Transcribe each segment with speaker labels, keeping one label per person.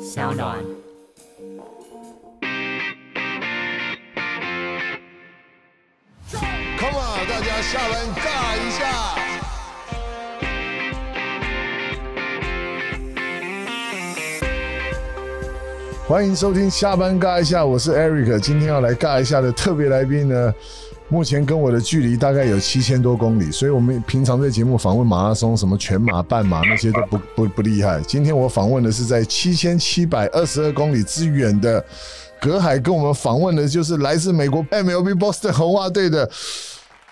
Speaker 1: 小暖。
Speaker 2: Come on，大家下班尬一下。欢迎收听下班尬一下，我是 Eric。今天要来尬一下的特别来宾呢，目前跟我的距离大概有七千多公里，所以我们平常在节目访问马拉松、什么全马、半马那些都不 不不厉害。今天我访问的是在七千七百二十二公里之远的隔海，跟我们访问的就是来自美国 MLB Boston 红袜队的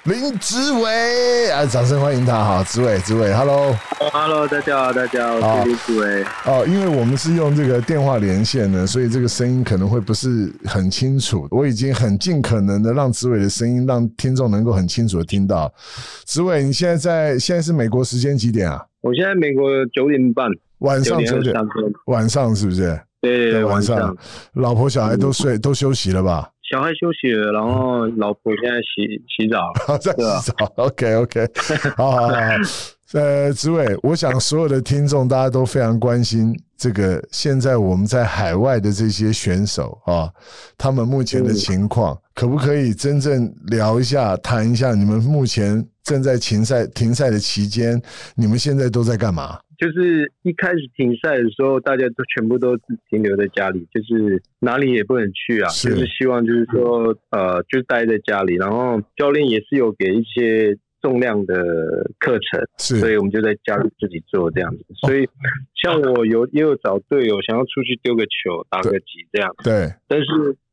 Speaker 2: 林志伟啊，掌声欢迎他哈，志伟，志伟，Hello。
Speaker 3: Hello，大家好，大家好，我是李子维。
Speaker 2: 哦，因为我们是用这个电话连线呢，所以这个声音可能会不是很清楚。我已经很尽可能的让紫伟的声音让听众能够很清楚的听到。紫伟，你现在在现在是美国时间几点啊？
Speaker 3: 我现在美国九点半，
Speaker 2: 晚上九
Speaker 3: 9
Speaker 2: 点
Speaker 3: 点，23分
Speaker 2: 晚上是不是？
Speaker 3: 对，晚
Speaker 2: 上，嗯老婆小孩都睡都休息了吧？
Speaker 3: 小孩休息了，然后老婆现在洗洗澡。
Speaker 2: 好，在洗
Speaker 3: 啊
Speaker 2: 澡。OK OK，好 好好。好呃，紫伟，我想所有的听众大家都非常关心这个现在我们在海外的这些选手啊，他们目前的情况，
Speaker 3: 嗯
Speaker 2: 可不可以真正聊一下、谈一下你们目前正在停赛停赛的期间，你们现在都在干嘛？
Speaker 3: 就是一开始停赛的时候，大家都全部都停留在家里，就是哪里也不能去啊，
Speaker 2: 是
Speaker 3: 就是希望就是说呃，就待在家里。然后教练也是有给一些重量的课程，所
Speaker 2: 是
Speaker 3: 以我们就在家里自己做这样子。所以像我有也有找队友想要出去丢个球、打个击这样。
Speaker 2: 对
Speaker 3: 但是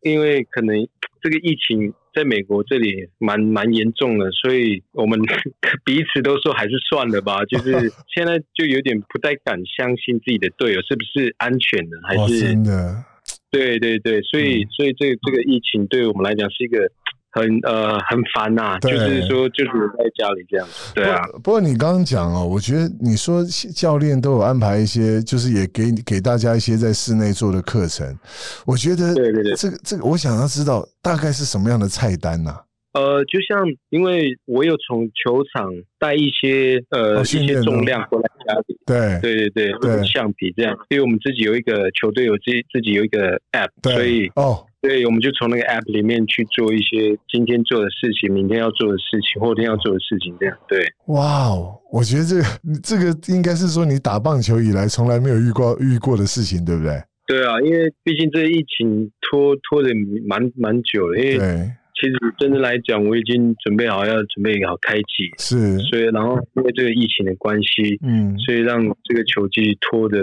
Speaker 3: 因为可能这个疫情在美国这里蛮蛮严重的，所以我们 彼此都说还是算了吧。就是 现在就有点不太敢相信自己的队友是不是安全的，还
Speaker 2: 哇，嗯
Speaker 3: 是
Speaker 2: 真的
Speaker 3: 对对对，所以所以这这个疫情对我们来讲是一个。很呃很烦呐、
Speaker 2: 对
Speaker 3: 就是说就是我在家里这样子，对啊，
Speaker 2: 不。不过你刚刚讲哦，我觉得你说教练都有安排一些，就是也给你给大家一些在室内做的课程。我觉得
Speaker 3: 对对对
Speaker 2: 这个这个，我想要知道大概是什么样的菜单呐、
Speaker 3: 呃，就像因为我有从球场带一些呃、
Speaker 2: 哦
Speaker 3: 一
Speaker 2: 训练
Speaker 3: 些
Speaker 2: 的
Speaker 3: 重量回来家里，
Speaker 2: 对
Speaker 3: 对对对，
Speaker 2: 对
Speaker 3: 橡皮这样，因为我们自己有一个球队有自己自己有一个 app，
Speaker 2: 对，
Speaker 3: 所以
Speaker 2: 哦，
Speaker 3: 对，我们就从那个 app 里面去做一些今天做的事情，明天要做的事情，后天要做的事情，这样对。
Speaker 2: 哇哦，我觉得这个这个应该是说你打棒球以来从来没有遇过遇过的事情，对不对？
Speaker 3: 对啊，因为毕竟这疫情拖拖的蛮蛮久了，因为
Speaker 2: 对，
Speaker 3: 其实真的来讲，我已经准备好要准备好开季，
Speaker 2: 是，
Speaker 3: 所以然后因为这个疫情的关系，
Speaker 2: 嗯，
Speaker 3: 所以让这个球季拖的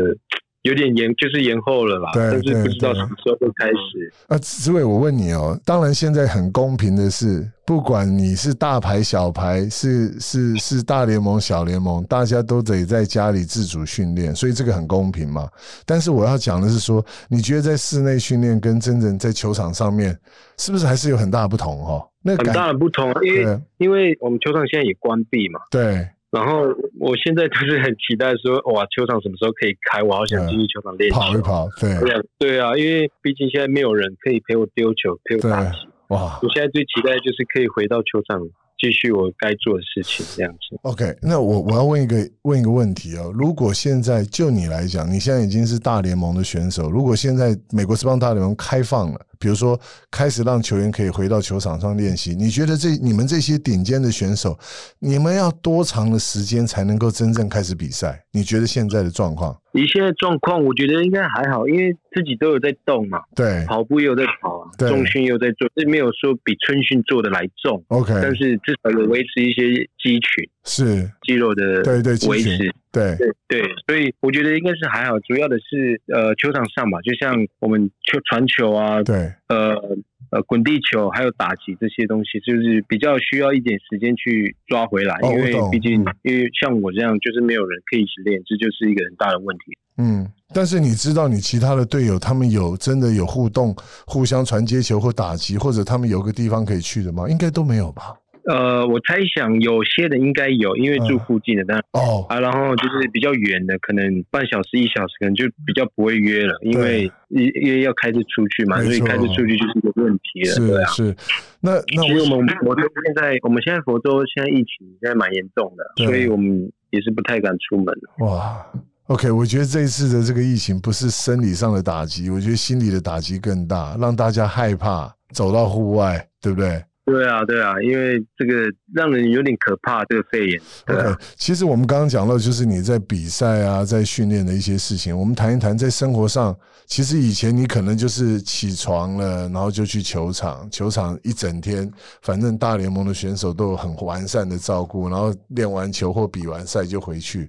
Speaker 3: 有点延，就是延后了啦，
Speaker 2: 对
Speaker 3: 但是不
Speaker 2: 对
Speaker 3: 知道
Speaker 2: 对
Speaker 3: 什么时候会开始。
Speaker 2: 啊，紫伟，我问你哦，当然现在很公平的是，不管你是大牌小牌，是是是大联盟小联盟，大家都得在家里自主训练，所以这个很公平嘛。但是我要讲的是说，你觉得在室内训练跟真正在球场上面，是不是还是有很大的不同哦？那
Speaker 3: 很
Speaker 2: 感
Speaker 3: 大的不同，啊因为
Speaker 2: 对
Speaker 3: 因为我们球场现在也关闭嘛，
Speaker 2: 对
Speaker 3: 然后我现在就是很期待说，哇，球场什么时候可以开？我好想进去球场练球。
Speaker 2: 嗯跑一跑，对
Speaker 3: 对啊，对啊，因为毕竟现在没有人可以陪我丢球，陪我
Speaker 2: 对
Speaker 3: 打球。，
Speaker 2: 哇
Speaker 3: 我现在最期待就是可以回到球场，继续我该做的事情，这样子。
Speaker 2: ，OK，那我我要问一个问一个问题哦，如果现在就你来讲，你现在已经是大联盟的选手，如果现在美国职棒大联盟开放了，比如说开始让球员可以回到球场上练习，你觉得这你们这些顶尖的选手，你们要多长的时间才能够真正开始比赛？你觉得现在的状况？
Speaker 3: 以现在状况，我觉得应该还好，因为自己都有在动嘛，
Speaker 2: 对
Speaker 3: 跑步也有在跑啊，
Speaker 2: 对
Speaker 3: 重训也有在做，这没有说比春训做的来重，
Speaker 2: ，OK，
Speaker 3: 但是至少有维持一些肌群、
Speaker 2: 是，
Speaker 3: 肌肉的
Speaker 2: 对对，肌
Speaker 3: 维
Speaker 2: 群
Speaker 3: 持。
Speaker 2: 对
Speaker 3: 对对，所以我觉得应该是还好，主要的是呃球场上嘛，就像我们球传球啊，
Speaker 2: 对
Speaker 3: 呃呃滚地球，还有打击这些东西，就是比较需要一点时间去抓回来，
Speaker 2: 哦
Speaker 3: 因为
Speaker 2: 我懂
Speaker 3: 毕竟因为像我这样就是没有人可以一起练，这就是一个很大的问题。
Speaker 2: 嗯，但是你知道，你其他的队友他们有真的有互动、互相传接球或打击，或者他们有个地方可以去的吗？应该都没有吧？
Speaker 3: 呃，我猜想有些人应该有，因为
Speaker 2: 嗯
Speaker 3: 住附近的，但
Speaker 2: 哦，
Speaker 3: 啊，然后就是比较远的，可能半小时一小时，可能就比较不会约了，因为因因为要开车出去嘛，
Speaker 2: 没
Speaker 3: 所以
Speaker 2: 错
Speaker 3: 开车出去就是一个问题了，对
Speaker 2: 是
Speaker 3: 啊。
Speaker 2: 是，那
Speaker 3: 所
Speaker 2: 那
Speaker 3: 以
Speaker 2: 我
Speaker 3: 我们佛州现在，我们现在佛州现在疫情现在蛮严重的，
Speaker 2: 对
Speaker 3: 所以我们也是不太敢出门了。
Speaker 2: 哇， OK，我觉得这一次的这个疫情不是生理上的打击，我觉得心理的打击更大，让大家害怕走到户外，对不对？
Speaker 3: 对啊，对啊，因为这个让人有点可怕，这个肺炎。对啊
Speaker 2: OK，其实我们刚刚讲到，就是你在比赛啊，在训练的一些事情。我们谈一谈在生活上，其实以前你可能就是起床了，然后就去球场，球场一整天，反正大联盟的选手都有很完善的照顾，然后练完球或比完赛就回去。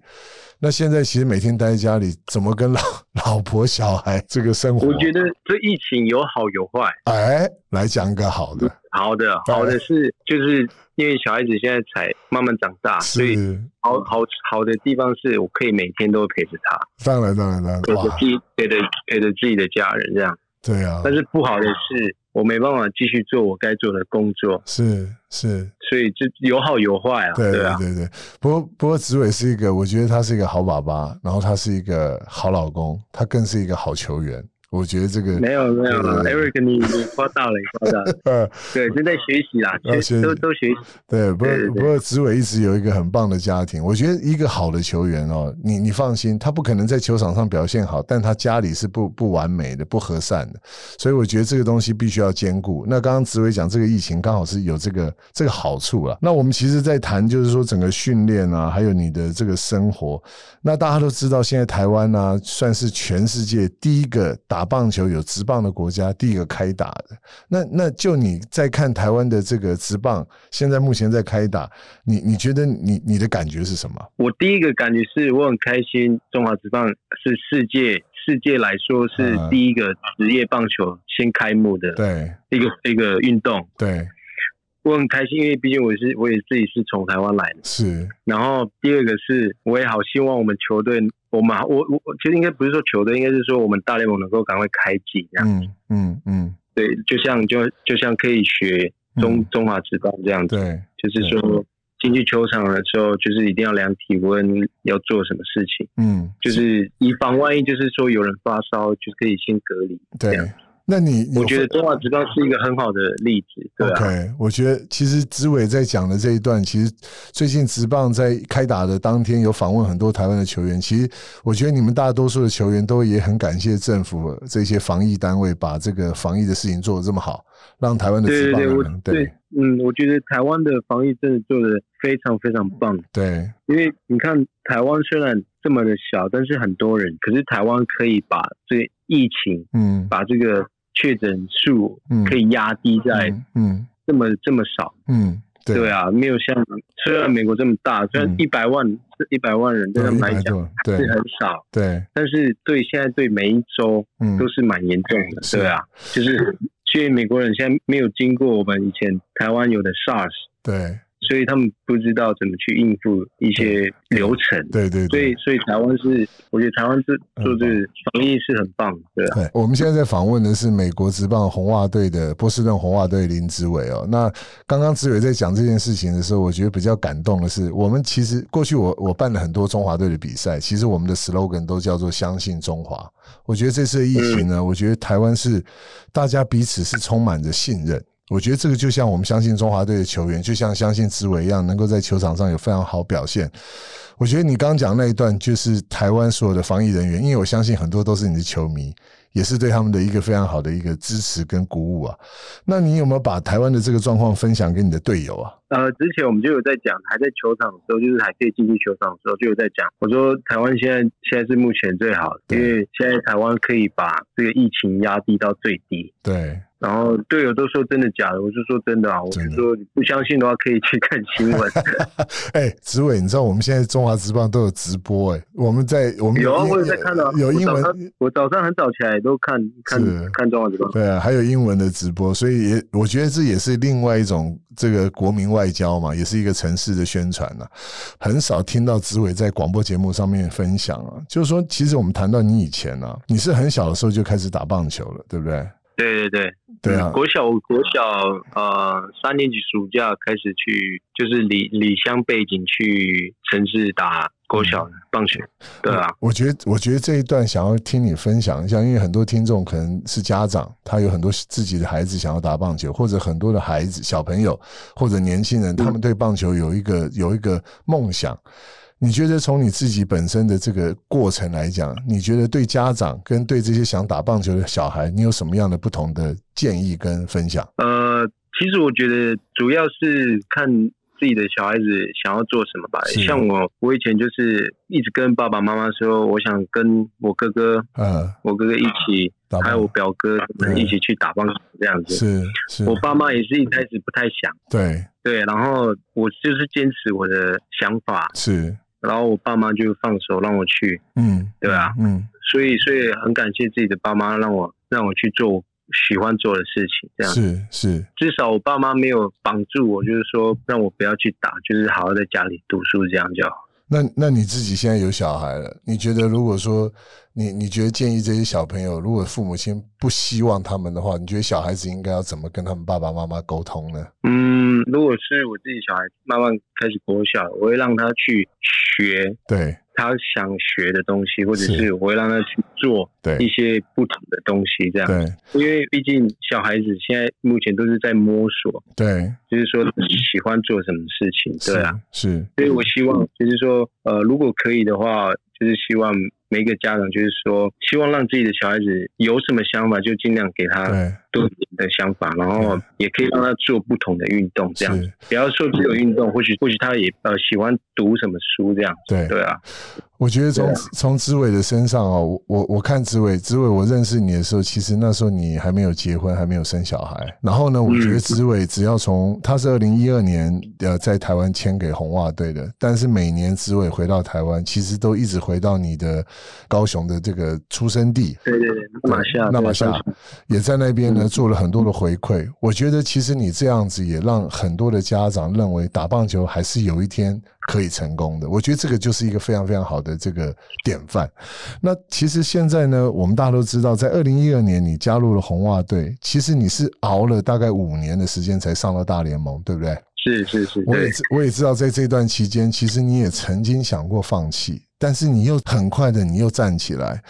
Speaker 2: 那现在其实每天待在家里，怎么跟老 老婆、小孩这个生活？
Speaker 3: 我觉得这疫情有好有坏。
Speaker 2: 哎，来讲一个好的，
Speaker 3: 好的，
Speaker 2: 当
Speaker 3: 好
Speaker 2: 然
Speaker 3: 的是就是因为小孩子现在才慢慢长大，所以
Speaker 2: 是
Speaker 3: 好好好的地方是我可以每天都陪着他，
Speaker 2: 当然当然
Speaker 3: 陪
Speaker 2: 当然，
Speaker 3: 着
Speaker 2: 哇
Speaker 3: 自，己陪着陪着自己的家人这样。
Speaker 2: 对啊，
Speaker 3: 但是不好的是，我没办法继续做我该做的工作，
Speaker 2: 是是，
Speaker 3: 所以这有好有坏啊，
Speaker 2: 对
Speaker 3: 对啊，
Speaker 2: 对对，不过不过子伟是一个，我觉得他是一个好爸爸，然后他是一个好老公，他更是一个好球员。我觉得这个
Speaker 3: 没有没有
Speaker 2: 对对对
Speaker 3: ，Eric，你你夸大了，你夸大 了，
Speaker 2: 呃，
Speaker 3: 对，正在学习啦，
Speaker 2: 要学习
Speaker 3: 学都都学习，
Speaker 2: 对，不过
Speaker 3: 对对
Speaker 2: 不
Speaker 3: 对
Speaker 2: 过子伟一直有一个很棒的家庭。我觉得一个好的球员哦，你你放心，他不可能在球场上表现好，但他家里是不不完美的、不和善的，所以我觉得这个东西必须要兼顾。那刚刚子伟讲这个疫情刚好是有这个这个好处了。那我们其实，在谈就是说整个训练啊，还有你的这个生活。那大家都知道，现在台湾呢、啊算是全世界第一个打棒球有职棒的国家，第一个开打的。那那就你在看台湾的这个职棒，现在目前在开打，你你觉得你你的感觉是什么？
Speaker 3: 我第一个感觉是我很开心，中华职棒是世界世界来说是
Speaker 2: 嗯
Speaker 3: 第一个职业棒球先开幕的
Speaker 2: 对
Speaker 3: 一个一个运动。
Speaker 2: 对
Speaker 3: 我很开心，因为毕竟我是我也自己是从台湾来的。
Speaker 2: 是，
Speaker 3: 然后第二个是，我也好希望我们球队，我们我我我其实应该不是说球队，应该是说我们大联盟能够赶快开季这样。
Speaker 2: 嗯嗯嗯，
Speaker 3: 对，就像就就像可以学中、
Speaker 2: 嗯
Speaker 3: 中华职棒这样子，
Speaker 2: 对
Speaker 3: 就是说进去球场的时候，就是一定要量体温，要做什么事情。
Speaker 2: 嗯
Speaker 3: 就是以防万一，就是说有人发烧，就是可以先隔离。这
Speaker 2: 对
Speaker 3: 样。
Speaker 2: 那你
Speaker 3: 我
Speaker 2: 有
Speaker 3: 觉得中华职棒是一个很好的例子，对啊，
Speaker 2: OK，我觉得其实子伟在讲的这一段，其实最近职棒在开打的当天有访问很多台湾的球员，其实我觉得你们大多数的球员都也很感谢政府这些防疫单位把这个防疫的事情做得这么好，让台湾的
Speaker 3: 对
Speaker 2: 职
Speaker 3: 对
Speaker 2: 棒
Speaker 3: 对，我
Speaker 2: 人
Speaker 3: 对，嗯，我觉得台湾的防疫真的做的非常非常棒，
Speaker 2: 对
Speaker 3: 因为你看台湾虽然这么的小，但是很多人，可是台湾可以把这个疫情，
Speaker 2: 嗯
Speaker 3: 把这个确诊数
Speaker 2: 嗯
Speaker 3: 可以压低在
Speaker 2: 嗯嗯
Speaker 3: 这么、这么少，
Speaker 2: 嗯对
Speaker 3: 对啊，没有像虽然美国这么大，虽然
Speaker 2: 嗯
Speaker 3: 一百万一百、100万人对他
Speaker 2: 一
Speaker 3: 们来
Speaker 2: 百
Speaker 3: 讲
Speaker 2: 多
Speaker 3: 是
Speaker 2: 对
Speaker 3: 很少。
Speaker 2: 对
Speaker 3: 但是对现在对每一州
Speaker 2: 嗯
Speaker 3: 都是蛮严重的，
Speaker 2: 是
Speaker 3: 对啊，就是所以美国人现在没有经过我们以前台湾有的 SARS，
Speaker 2: 对
Speaker 3: 所以他们不知道怎么去应付一些流程，
Speaker 2: 对对
Speaker 3: 所
Speaker 2: 对
Speaker 3: 以。所以台湾是我觉得台湾是
Speaker 2: 很
Speaker 3: 做这个防疫是很棒，对啊，
Speaker 2: 对，哎我们现在在访问的是美国职棒红袜队的波士顿红袜队林志伟哦。那刚刚志伟在讲这件事情的时候，我觉得比较感动的是，我们其实过去我我办了很多中华队的比赛，其实我们的 slogan 都叫做“相信中华”。我觉得这次的疫情
Speaker 3: 嗯
Speaker 2: 呢，我觉得台湾是大家彼此是充满着信任。我觉得这个就像我们相信中华队的球员，就像相信志伟一样，能够在球场上有非常好表现。我觉得你刚讲那一段，就是台湾所有的防疫人员，因为我相信很多都是你的球迷，也是对他们的一个非常好的一个支持跟鼓舞啊。那你有没有把台湾的这个状况分享给你的队友啊？
Speaker 3: 呃，之前我们就有在讲，还在球场的时候，就是还可以进去球场的时候，就有在讲，我说台湾现在现在是目前最好的，因为现在台湾可以把这个疫情压低到最低，
Speaker 2: 对，
Speaker 3: 然后队友都说真的假的，我就说真的啊，我就
Speaker 2: 真的
Speaker 3: 说你不相信的话可以去看新 闻。
Speaker 2: 哎，子伟，你知道我们现在中华职棒都有直播哎、我们在我们
Speaker 3: 有啊，
Speaker 2: 英
Speaker 3: 我有在看到、啊，
Speaker 2: 有英
Speaker 3: 我
Speaker 2: 文
Speaker 3: 早上我早上很早起来都看看
Speaker 2: 是
Speaker 3: 看中华职棒。
Speaker 2: 对啊，还有英文的直播，所以也我觉得这也是另外一种这个国民外交嘛，也是一个城市的宣传呐、很少听到紫伟在广播节目上面分享啊，就是说，其实我们谈到你以前啊，你是很小的时候就开始打棒球了，对不对？
Speaker 3: 对对对
Speaker 2: 对啊
Speaker 3: 嗯，国小国小呃三年级暑假开始去，就是离离乡背景去城市打国
Speaker 2: 嗯
Speaker 3: 小棒球。对啊，
Speaker 2: 我觉得，我觉得这一段想要听你分享一下，因为很多听众可能是家长，他有很多自己的孩子想要打棒球，或者很多的孩
Speaker 3: 嗯
Speaker 2: 子、小朋友或者年轻人，他们对棒球有一个有一个梦想。你觉得从你自己本身的这个过程来讲，你觉得对家长跟对这些想打棒球的小孩，你有什么样的不同的建议跟分享？
Speaker 3: 呃，其实我觉得主要是看自己的小孩子想要做什么吧。
Speaker 2: 是
Speaker 3: 像我，我以前就是一直跟爸爸妈妈说，我想跟我哥哥、
Speaker 2: 呃，
Speaker 3: 我哥哥一起，
Speaker 2: 打
Speaker 3: 还有我
Speaker 2: 棒
Speaker 3: 表哥他们
Speaker 2: 对
Speaker 3: 一起去打棒球这样子。
Speaker 2: 是是，
Speaker 3: 我爸妈也是一开始不太想，
Speaker 2: 对
Speaker 3: 对，然后我就是坚持我的想法，
Speaker 2: 是，
Speaker 3: 然后我爸妈就放手让我去，
Speaker 2: 嗯，
Speaker 3: 对啊，
Speaker 2: 嗯，
Speaker 3: 所以所以很感谢自己的爸妈让我让我去做我喜欢做的事情，这样子。
Speaker 2: 是是
Speaker 3: 至少我爸妈没有绑住我，就是说让我不要去打，就是好好在家里读书这样就好。
Speaker 2: 那那你自己现在有小孩了，你觉得如果说你你觉得建议这些小朋友，如果父母亲不希望他们的话，你觉得小孩子应该要怎么跟他们爸爸妈妈沟通呢？
Speaker 3: 嗯，如果是我自己小孩慢慢开始国小，我会让他去学
Speaker 2: 对
Speaker 3: 他想学的东西，或者
Speaker 2: 是
Speaker 3: 是我会让他去做一啊
Speaker 2: 对
Speaker 3: 些不同的东西，这样。
Speaker 2: 对
Speaker 3: 因为毕竟小孩子现在目前都是在摸索，
Speaker 2: 对，
Speaker 3: 就是说喜欢做什么事情，对啊。
Speaker 2: 是是
Speaker 3: 所以我希望就是说，呃，如果可以的话，就是希望每一个家长就是说，希望让自己的小孩子有什么想法，就尽量给他
Speaker 2: 对
Speaker 3: 多一点的想法，然后也可以让他做不同的运动，这样
Speaker 2: 是
Speaker 3: 不要说只有运动，或许或许他也呃喜欢读什么书这样，
Speaker 2: 对
Speaker 3: 对啊，
Speaker 2: 我觉得从
Speaker 3: 对
Speaker 2: 从志伟的身上哦，我我我看志伟，志伟，我认识你的时候，其实那时候你还没有结婚，还没有生小孩。然后呢，我觉得志伟只要从他是二零一二年呃在台湾签给红袜队的，但是每年志伟回到台湾，其实都一直回到你的高雄的这个出生地。
Speaker 3: 对对对，那马嗯夏，
Speaker 2: 纳马
Speaker 3: 对
Speaker 2: 夏也在那边呢做了很多的回馈。我觉得其实你这样子也让很多的家长认为打棒球还是有一天可以成功的。我觉得这个就是一个非常非常好的这个典范。那其实现在呢，我们大家都知道，在二零一二年你加入了红袜队，其实你是熬了大概五年的时间才上到大联盟，对不对？
Speaker 3: 是是是，
Speaker 2: 我也
Speaker 3: 对
Speaker 2: 知我也知道，在这段期间，其实你也曾经想过放弃，但是你又很快的，你又站起来。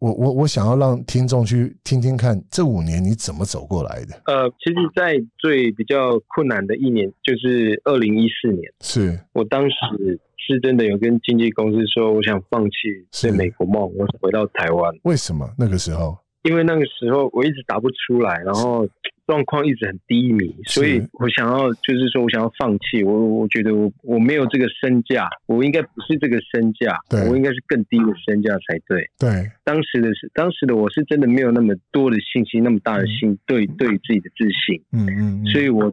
Speaker 2: 我我我想要让听众去听听看，这五年你怎么走过来的？
Speaker 3: 呃，其实，在最比较困难的一年，就是二零一四年。
Speaker 2: 是
Speaker 3: 我当
Speaker 2: 啊
Speaker 3: 时是真的有跟经纪公司说，我想放弃
Speaker 2: 是
Speaker 3: 在美国梦，我想回到台湾，
Speaker 2: 为什么那个时候？
Speaker 3: 因为那个时候我一直打不出来，然后状况一直很低迷，
Speaker 2: 是
Speaker 3: 所以我想要就是说我想要放弃，我我觉得我我没有这个身价，我应该不是这个身价
Speaker 2: 对，
Speaker 3: 我应该是更低的身价才对。
Speaker 2: 对
Speaker 3: 当时的是当时的我是真的没有那么多的信心，那么大的信对对于自己的自信，
Speaker 2: 嗯，嗯嗯，
Speaker 3: 所以我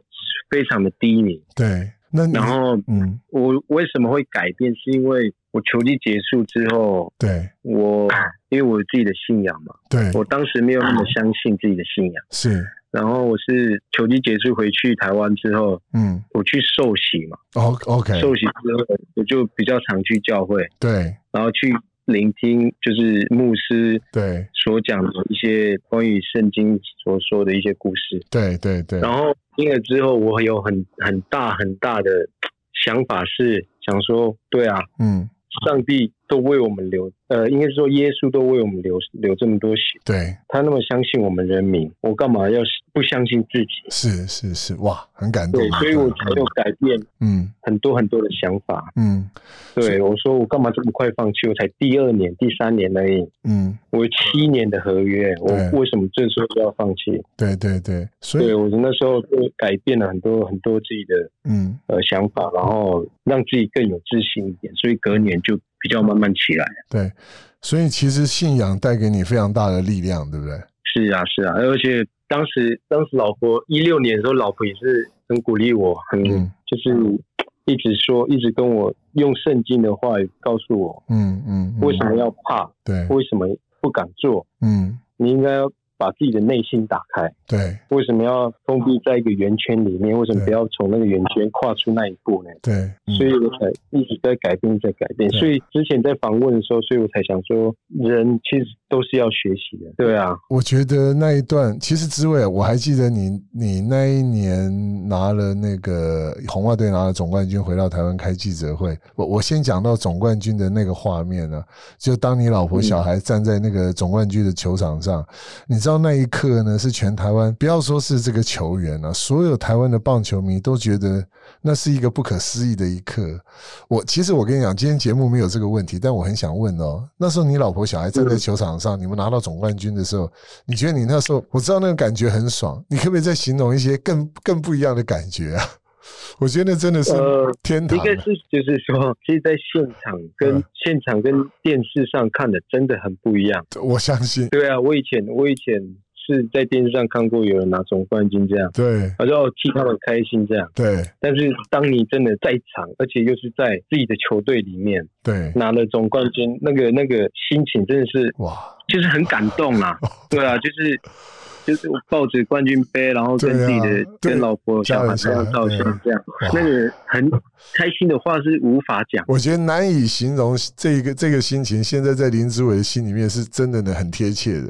Speaker 3: 非常的低迷，
Speaker 2: 对，那你
Speaker 3: 然后。
Speaker 2: 嗯，
Speaker 3: 我为什么会改变？是因为我球季结束之后，
Speaker 2: 对
Speaker 3: 我因为我有自己的信仰嘛，
Speaker 2: 对
Speaker 3: 我当时没有那么相信自己的信仰。
Speaker 2: 是
Speaker 3: 然后我是球季结束回去台湾之后，
Speaker 2: 嗯
Speaker 3: 我去受洗嘛，
Speaker 2: ，O OK，
Speaker 3: 受洗之后我就比较常去教会，
Speaker 2: 对
Speaker 3: 然后去聆听就是牧师
Speaker 2: 对
Speaker 3: 所讲的一些关于圣经所说的一些故事。
Speaker 2: 对对对，
Speaker 3: 然后听了之后，我有很很大很大的想法是想说，对啊，
Speaker 2: 嗯
Speaker 3: 上帝都为我们流，呃，应该是说耶稣都为我们流流这么多血，
Speaker 2: 对
Speaker 3: 他那么相信我们人民，我干嘛要不相信自己？
Speaker 2: 是是是，哇，很感动
Speaker 3: 对，，所以我才有改变
Speaker 2: 嗯
Speaker 3: 很多很多的想法。
Speaker 2: 嗯
Speaker 3: 对，我说我干嘛这么快放弃？我才第二年、第三年而已，
Speaker 2: 嗯，
Speaker 3: 我有七年的合约，我
Speaker 2: 对
Speaker 3: 为什么这时候就要放弃？
Speaker 2: 对对对，所以
Speaker 3: 对我那时候就改变了很多很多自己的
Speaker 2: 嗯。
Speaker 3: 呃想法，然后让自己更有自信一点，所以隔年就比较慢慢起来。
Speaker 2: 对，所以其实信仰带给你非常大的力量，对不对？
Speaker 3: 是啊，是啊，而且当时当时老婆一六年的时候，老婆也是很鼓励我，很、
Speaker 2: 嗯
Speaker 3: 就是一直说，一直跟我用圣经的话语告诉我，
Speaker 2: 嗯嗯，嗯嗯
Speaker 3: 为什么要怕，
Speaker 2: 对，
Speaker 3: 为什么不敢做，
Speaker 2: 嗯
Speaker 3: 你应该要把自己的内心打开，
Speaker 2: 对
Speaker 3: 为什么要封闭在一个圆圈里面，为什么
Speaker 2: 对
Speaker 3: 不要从那个圆圈跨出那一步呢？
Speaker 2: 对，嗯
Speaker 3: 所以我才一直在改变，在改变。
Speaker 2: 对
Speaker 3: 所以之前在访问的时候，所以我才想说，人其实都是要学习的。对啊，
Speaker 2: 我觉得那一段其实滋味，我还记得你你那一年拿了那个红袜队拿了总冠军，回到台湾开记者会。我我先讲到总冠军的啊那个画面呢、就当你老婆小孩站在那个总冠军的球场上，你知道到那一刻呢，是全台湾不要说是这个球员啊，所有台湾的棒球迷都觉得那是一个不可思议的一刻。我其实我跟你讲，今天节目没有这个问题，但我很想问哦，那时候你老婆小孩站在球场上，你们拿到总冠军的时候，你觉得你那时候，我知道那个感觉很爽，你可不可以再形容一些更更不一样的感觉啊？我觉得那真的是
Speaker 3: 呃
Speaker 2: 天堂
Speaker 3: 应
Speaker 2: 啊、
Speaker 3: 该是就是说，其实在现场跟、
Speaker 2: 嗯
Speaker 3: 现场跟电视上看的真的很不一样。
Speaker 2: 我相信，
Speaker 3: 对啊，我以前我以前是在电视上看过有人拿总冠军这样，
Speaker 2: 对
Speaker 3: 我就替他们开心这样。
Speaker 2: 对
Speaker 3: 但是当你真的在场，而且又是在自己的球队里面
Speaker 2: 对，
Speaker 3: 拿了总冠军，那个那个心情真的是
Speaker 2: 哇，
Speaker 3: 就是很感动 啊。对啊，就是就是我抱着冠军杯，然后跟
Speaker 2: 对啊
Speaker 3: 自己的、
Speaker 2: 对
Speaker 3: 跟老婆小孩这样
Speaker 2: 照
Speaker 3: 照
Speaker 2: 相
Speaker 3: 相，这样那个很开心的话是无法讲。
Speaker 2: 我觉得难以形容这个这个心情，现在在林志伟的心里面是真的呢，很贴切的。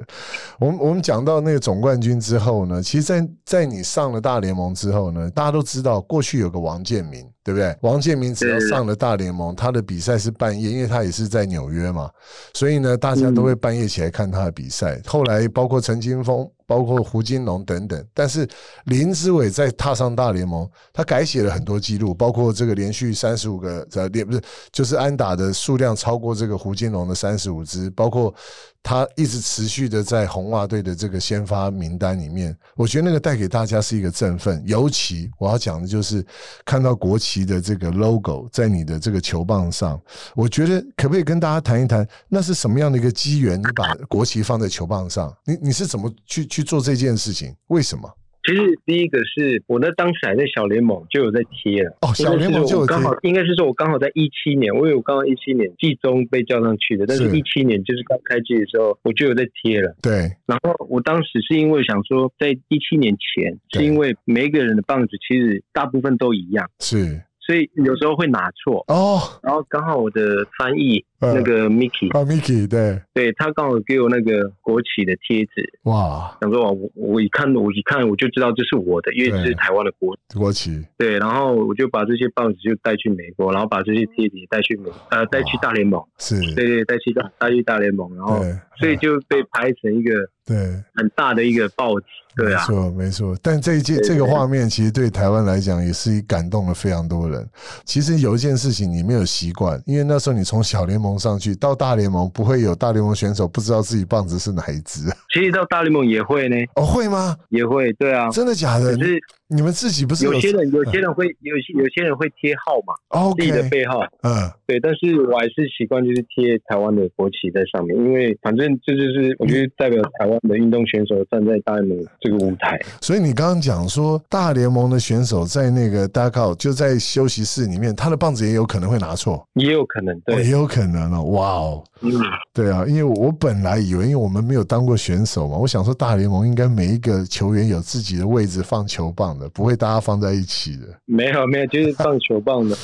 Speaker 2: 我们我们讲到那个总冠军之后呢，其实在，在你上了大联盟之后呢，大家都知道过去有个王建民，对不对？王建民只要
Speaker 3: 对
Speaker 2: 上了大联盟，他的比赛是半夜，因为他也是在纽约嘛，所以呢，大家都会半夜起来看他的比赛。后来包括陈金峰。包括胡金龙等等，但是林志伟在踏上大联盟，他改写了很多记录，包括这个连续三十五个呃，连不是就是安打的数量超过这个胡金龙的三十五支，包括他一直持续的在红袜队的这个先发名单里面，我觉得那个带给大家是一个振奋。尤其我要讲的就是看到国旗的这个 logo 在你的这个球棒上，我觉得可不可以跟大家谈一谈，那是什么样的一个机缘？你把国旗放在球棒上，你你是怎么去去做这件事情？为什么？
Speaker 3: 其实第一个是我那当时还在小联盟就有在贴了，
Speaker 2: 哦，小联盟就有
Speaker 3: 我
Speaker 2: 这
Speaker 3: 刚好
Speaker 2: 个
Speaker 3: 应该是说，我刚好在一七年，我有刚好一七年季中被叫上去的，但是
Speaker 2: 是
Speaker 3: 一七年就是刚开季的时候，我就有在贴了。
Speaker 2: 对
Speaker 3: 然后我当时是因为想说，在一七年前，
Speaker 2: 对
Speaker 3: 是因为每一个人的棒子其实大部分都一样，
Speaker 2: 是
Speaker 3: 所以有时候会拿错。
Speaker 2: 哦，
Speaker 3: 然后刚好我的翻译、
Speaker 2: 呃
Speaker 3: 那个 Mickey，、
Speaker 2: 啊，Miki 对
Speaker 3: 对他刚好给我那个国旗的贴纸，
Speaker 2: 哇，
Speaker 3: 想说哇，我我一看我一看我就知道这是我的，因为
Speaker 2: 对
Speaker 3: 这是台湾的国旗
Speaker 2: 国旗
Speaker 3: 对，然后我就把这些棒子就带去美国，然后把这些贴纸带去美
Speaker 2: 嗯
Speaker 3: 呃带去大联盟，
Speaker 2: 是
Speaker 3: 对对，带去大带去大联盟，然后
Speaker 2: 对啊
Speaker 3: 所以就被拍成一个
Speaker 2: 对。
Speaker 3: 很大的一个报纸，对啊
Speaker 2: 没，错，没错。但这一届
Speaker 3: 对
Speaker 2: 这个画面，其实对台湾来讲也是感动了非常多人。其实有一件事情你没有习惯，因为那时候你从小联盟上去到大联盟，不会有大联盟选手不知道自己棒子是哪一支
Speaker 3: 其实到大联盟也会呢，
Speaker 2: 哦，会吗？
Speaker 3: 也会，对啊，
Speaker 2: 真的假
Speaker 3: 可
Speaker 2: 的？
Speaker 3: 是
Speaker 2: 你们自己不是
Speaker 3: 有些人有
Speaker 2: 嗯
Speaker 3: 些人会有些有些人会贴号码，自己的
Speaker 2: OK？
Speaker 3: 背号，
Speaker 2: 嗯，
Speaker 3: 对，但是我还是习惯就是贴台湾的国旗在上面，因为反正这就是我觉得代表台湾的运动选手站在大联盟这个舞台，
Speaker 2: 所以你刚刚讲说大联盟的选手在那个 d u c o 就在休息室里面，他的棒子也有可能会拿错，
Speaker 3: 也有可能
Speaker 2: 哦
Speaker 3: 对
Speaker 2: 也，有可能哦。哇哦，
Speaker 3: 嗯。
Speaker 2: 对啊，因为我本来以为，因为我们没有当过选手嘛，我想说大联盟应该每一个球员有自己的位置放球棒的，不会大家放在一起的。
Speaker 3: 没有没有，就是放球棒的。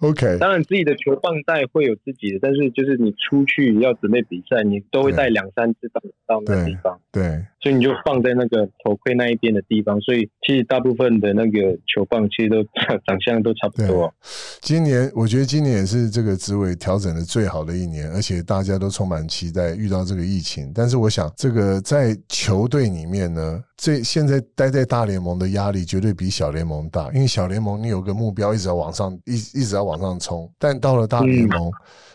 Speaker 2: OK，
Speaker 3: 当然自己的球棒带会有自己的，但是就是你出去要准备比赛，你都会带两三支棒到那地方，
Speaker 2: 对，
Speaker 3: 所以你就放在那个头盔那一边的地方。所以其实大部分的那个球棒其实都长相都差不多。
Speaker 2: 今年我觉得今年也是这个职位调整的最好的一年，而且大家都充满期待遇到这个疫情。但是我想，这个在球队里面呢，这现在待在大联盟的压力绝对比小联盟大，因为小联盟你有个目标，一直要往上，一一直要往上冲。但到了大联盟，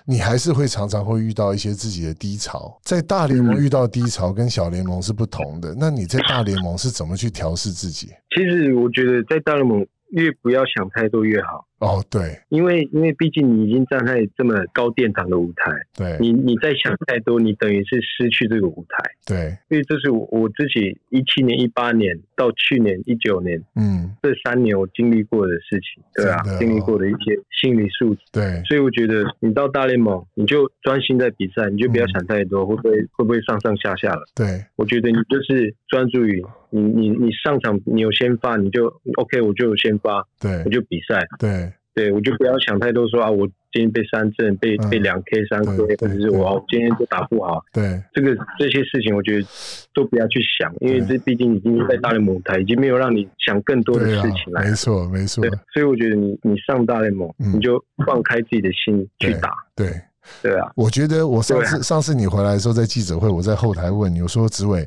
Speaker 2: 你还是会常常会遇到一些自己的低潮。在大联盟遇到低潮跟小联盟是不同的。那你在大联盟是怎么去调试自己？
Speaker 3: 其实我觉得在大联盟越不要想太多越好，
Speaker 2: 哦，对
Speaker 3: 因为因为毕竟你已经站在这么高殿堂的舞台，
Speaker 2: 对
Speaker 3: 你你再想太多，你等于是失去这个舞台。
Speaker 2: 对，
Speaker 3: 因为这是我我自己一七年、一八年到去年一九年
Speaker 2: 嗯，
Speaker 3: 这三年我经历过的事情，对啊
Speaker 2: 真的哦，
Speaker 3: 经历过的一些心理素质，
Speaker 2: 对。
Speaker 3: 所以我觉得你到大联盟，你就专心在比赛，你就不要想太多，
Speaker 2: 嗯
Speaker 3: 会不会会不会上上下下了。
Speaker 2: 对，
Speaker 3: 我觉得你就是专注于你你你上场，你有先发，你就 OK，我就有先发，
Speaker 2: 对
Speaker 3: 我，就比赛，
Speaker 2: 对，
Speaker 3: 对我就不要想太多说啊，我今天被三振，被
Speaker 2: 嗯
Speaker 3: 被两 K 三 K，
Speaker 2: 对对
Speaker 3: 或者
Speaker 2: 对
Speaker 3: 是我我今天就打不好，
Speaker 2: 对，
Speaker 3: 这个这些事情，我觉得都不要去想，因为这毕竟已经在大联盟舞台，已经没有让你想更多的
Speaker 2: 对
Speaker 3: 事
Speaker 2: 啊，
Speaker 3: 情来
Speaker 2: 没。错，没错
Speaker 3: 对，，所以我觉得你你上大联盟，
Speaker 2: 嗯
Speaker 3: 你就放开自己的心去
Speaker 2: 对
Speaker 3: 打。
Speaker 2: 对。
Speaker 3: 对啊，
Speaker 2: 我觉得我上次、上次你回来的时候，在记者会，我在后台问你，我说子伟，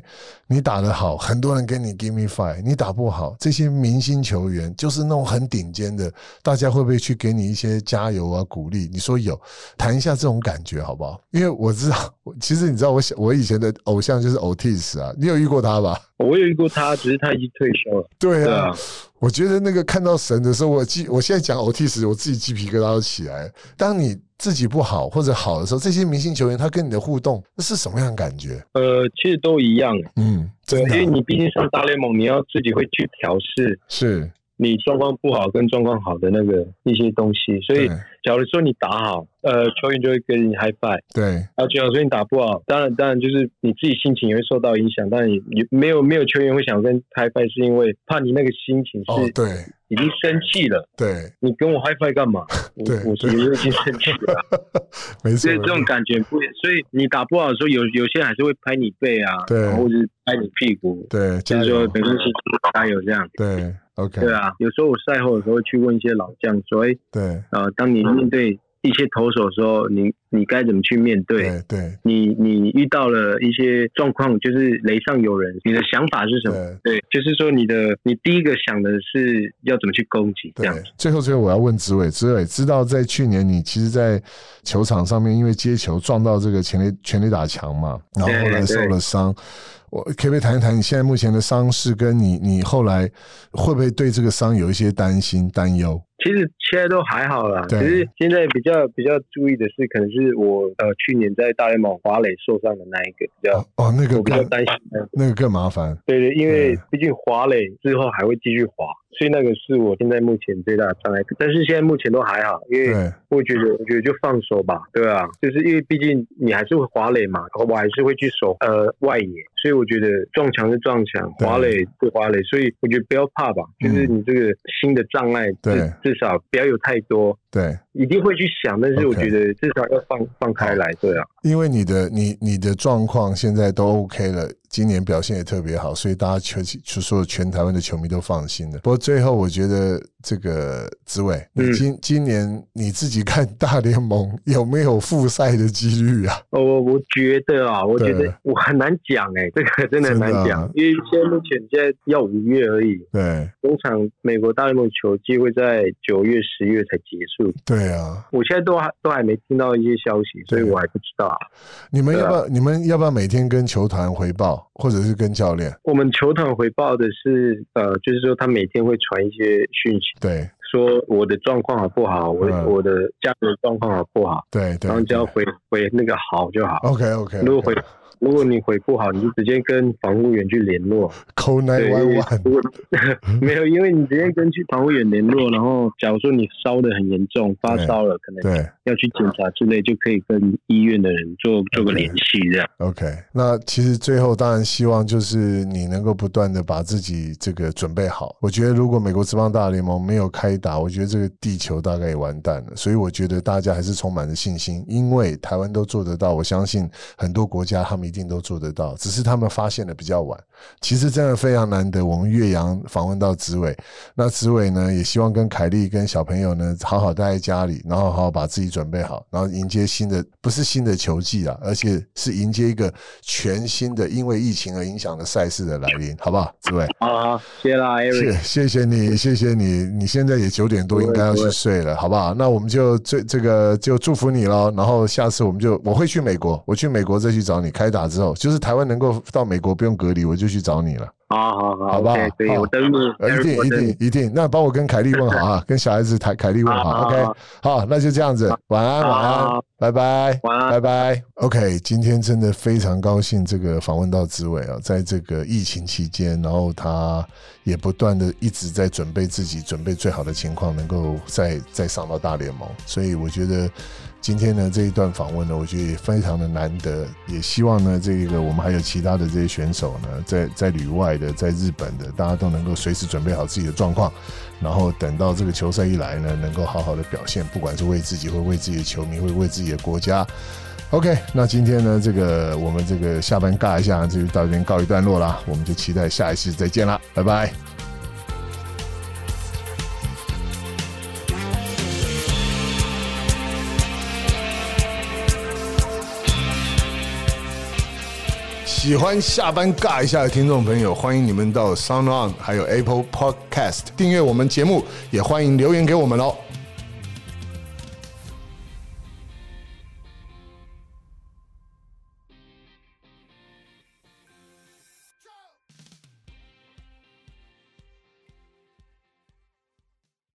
Speaker 2: 你打得好，很多人跟你 give me five；你打不好，这些明星球员就是那种很顶尖的，大家会不会去给你一些加油啊鼓励？你说有，谈一下这种感觉好不好？因为我知道，我其实你知道我小我以前的偶像就是 Otis 啊，你有遇过他吧？
Speaker 3: 我有遇过他，只是他已经退休了。
Speaker 2: 对
Speaker 3: 对
Speaker 2: 啊
Speaker 3: 啊，
Speaker 2: 我觉得那个看到神的时候，我鸡，我现在讲 Otis，我自己鸡皮疙瘩都起来了。当你自己不好或者好的时候，这些明星球员他跟你的互动，那是什么样的感觉？
Speaker 3: 呃，其实都一样，
Speaker 2: 嗯，
Speaker 3: 对，
Speaker 2: 真
Speaker 3: 因为
Speaker 2: 的
Speaker 3: 你毕竟上大联盟，你要自己会去调试
Speaker 2: 是，
Speaker 3: 你状况不好跟状况好的那个一些东西。所以
Speaker 2: 对，
Speaker 3: 假如说你打好，呃，球员就会跟你 high five。
Speaker 2: 对，
Speaker 3: 啊，假如说你打不好，当然，当然就是你自己心情也会受到影响。但你你没有没有球员会想跟 high five，是因为怕你那个心情
Speaker 2: 哦，
Speaker 3: 是
Speaker 2: 对，
Speaker 3: 已经生气了。
Speaker 2: 对，
Speaker 3: 你跟我 high five 干嘛？我
Speaker 2: 对
Speaker 3: 我
Speaker 2: 对
Speaker 3: 是已经生气 了，
Speaker 2: 没错
Speaker 3: 所以，这种感觉不一样，所以你打不好的时候，有有些人还是会拍你背啊，
Speaker 2: 对
Speaker 3: 然后或者是拍你屁股，
Speaker 2: 对，
Speaker 3: 就
Speaker 2: 加
Speaker 3: 是说
Speaker 2: 油，
Speaker 3: 没关系，加油这样。
Speaker 2: 对，OK，
Speaker 3: 对啊，有时候我赛后的时候会去问一些老将说，哎，
Speaker 2: 对，
Speaker 3: 呃，当你面对一些投手的时候，你你该怎么去面对？
Speaker 2: 对，对，
Speaker 3: 你你遇到了一些状况，就是雷上有人，你的想法是什么？
Speaker 2: 对。
Speaker 3: 对，就是说你的你第一个想的是要怎么去攻击这
Speaker 2: 对
Speaker 3: 样子。，
Speaker 2: 最后最后我要问紫伟，紫伟知道在去年你其实，在球场上面因为接球撞到这个前垒全垒打墙嘛，然后后来
Speaker 3: 对对
Speaker 2: 受了伤。我可不可以谈一谈你现在目前的伤势，跟你你后来会不会对这个伤有一些担心担忧？
Speaker 3: 其实现在都还好啦，
Speaker 2: 对
Speaker 3: 只是现在比较比较注意的是，可能是我呃去年在大联盟华磊受伤的那一个比较，
Speaker 2: 哦哦，那个
Speaker 3: 我比较
Speaker 2: 更
Speaker 3: 担心那个。
Speaker 2: 那个更麻烦。
Speaker 3: 对对，因为
Speaker 2: 嗯
Speaker 3: 毕竟华磊之后还会继续滑，所以那个是我现在目前最大的障碍。但是现在目前都还好，因为
Speaker 2: 对
Speaker 3: 我觉得我觉得就放手吧，对啊，就是因为毕竟你还是会华磊嘛，我还是会去守呃外野，所以我觉得撞墙是撞墙，
Speaker 2: 对嗯
Speaker 3: 华磊是华磊，所以我觉得不要怕吧，就是你这个新的障碍，
Speaker 2: 对
Speaker 3: 至至少不要有太多。
Speaker 2: 对，
Speaker 3: 一定会去想，但是我
Speaker 2: OK
Speaker 3: 觉得至少要放放开来，对啊，
Speaker 2: 因为你的你你的状况现在
Speaker 3: 嗯
Speaker 2: 都 OK 了，今年表现也特别好，所以大家全就所有全台湾的球迷都放心了。不过最后，我觉得这个紫伟，你
Speaker 3: 嗯
Speaker 2: 今、今年你自己看大联盟有没有复赛的几率啊？
Speaker 3: 哦我我觉得啊，我觉
Speaker 2: 对
Speaker 3: 得我很难讲哎、这个 真的很难
Speaker 2: 真的
Speaker 3: 讲，
Speaker 2: 啊
Speaker 3: 因为现在目前现在要五月而已，
Speaker 2: 对
Speaker 3: 通常美国大联盟球季会在九月、十月才结束，
Speaker 2: 对啊，
Speaker 3: 我现在都还都还没听到一些消息，所以
Speaker 2: 对
Speaker 3: 我还不知道啊。
Speaker 2: 你们
Speaker 3: 对
Speaker 2: 要
Speaker 3: 啊
Speaker 2: 不要、你们要不要每天跟球团汇报，或者是跟教练？
Speaker 3: 我们球团回报的是，呃，就是说他每天会传一些讯息，
Speaker 2: 对
Speaker 3: 说我的状况好不好，我、
Speaker 2: 嗯
Speaker 3: 我的家人状况好不好，
Speaker 2: 对对
Speaker 3: 然后只要
Speaker 2: 对哦
Speaker 3: 回回那个好就好。
Speaker 2: ，OK OK，
Speaker 3: 如果回如果你回不好，你就直接跟防护员去联络。
Speaker 2: 扣 nine
Speaker 3: 对，
Speaker 2: one
Speaker 3: 因为
Speaker 2: one，
Speaker 3: 如果 没有，因为你直接跟去防护员联络，然后假如说你烧的很严重，发烧了，可能
Speaker 2: 对。
Speaker 3: 要去检查之类，就可以跟医院的人做做个联系，这样。
Speaker 2: OK，那其实最后当然希望就是你能够不断的把自己这个准备好。我觉得如果美国职棒大联盟没有开打，我觉得这个地球大概也完蛋了。所以我觉得大家还是充满了信心，因为台湾都做得到，我相信很多国家他们一定都做得到，只是他们发现的比较晚。其实真的非常难得，我们岳阳访问到紫伟，那紫伟呢，也希望跟凯莉跟小朋友呢，好好待在家里，然后好好把自己准备好，然后迎接新的，不是新的球季啊，而且是迎接一个全新的，因为疫情而影响的赛事的来临，好不好？紫伟，
Speaker 3: 好好，谢啦
Speaker 2: 谢
Speaker 3: ，Eric。
Speaker 2: 谢谢你，谢谢你，你现在也九点多，
Speaker 3: 不会
Speaker 2: 应该要去睡了，好不好？那我们就这这个就祝福你喽，然后下次我们就我会去美国，我去美国再去找你，开打之后，就是台湾能够到美国不用隔离，我就去找你了。
Speaker 3: 好好好
Speaker 2: 好吧
Speaker 3: o k 可以，
Speaker 2: 好
Speaker 3: 我等你
Speaker 2: 呃，一
Speaker 3: ，Eric，
Speaker 2: 定
Speaker 3: 我
Speaker 2: 一
Speaker 3: 等你
Speaker 2: 定。一定，那帮我跟凯莉问好啊，跟小孩子凯凯莉问
Speaker 3: 好
Speaker 2: 好啊
Speaker 3: 好
Speaker 2: ，OK，
Speaker 3: 好
Speaker 2: 好，那就这样子，晚安，晚
Speaker 3: 好
Speaker 2: 安
Speaker 3: 好，
Speaker 2: 拜拜，
Speaker 3: 晚安
Speaker 2: 拜拜。OK，今天真的非常高兴，这个访问到紫伟啊，在这个疫情期间，然后他也不断的一直在准备自己，准备最好的情况，能够再再上到大联盟，所以我觉得。今天呢这一段访问呢，我觉得也非常的难得，也希望呢这个我们还有其他的这些选手呢，在在旅外的，在日本的，大家都能够随时准备好自己的状况，然后等到这个球赛一来呢，能够好好的表现，不管是为自己，会为自己的球迷，会为自己的国家。OK，那今天呢，这个我们这个下班尬一下，就到这边告一段落啦，我们就期待下一次再见啦，拜拜。喜欢下班尬一下的听众朋友，欢迎你们到 Sound On 还有 Apple Podcast 订阅我们节目，也欢迎留言给我们哦。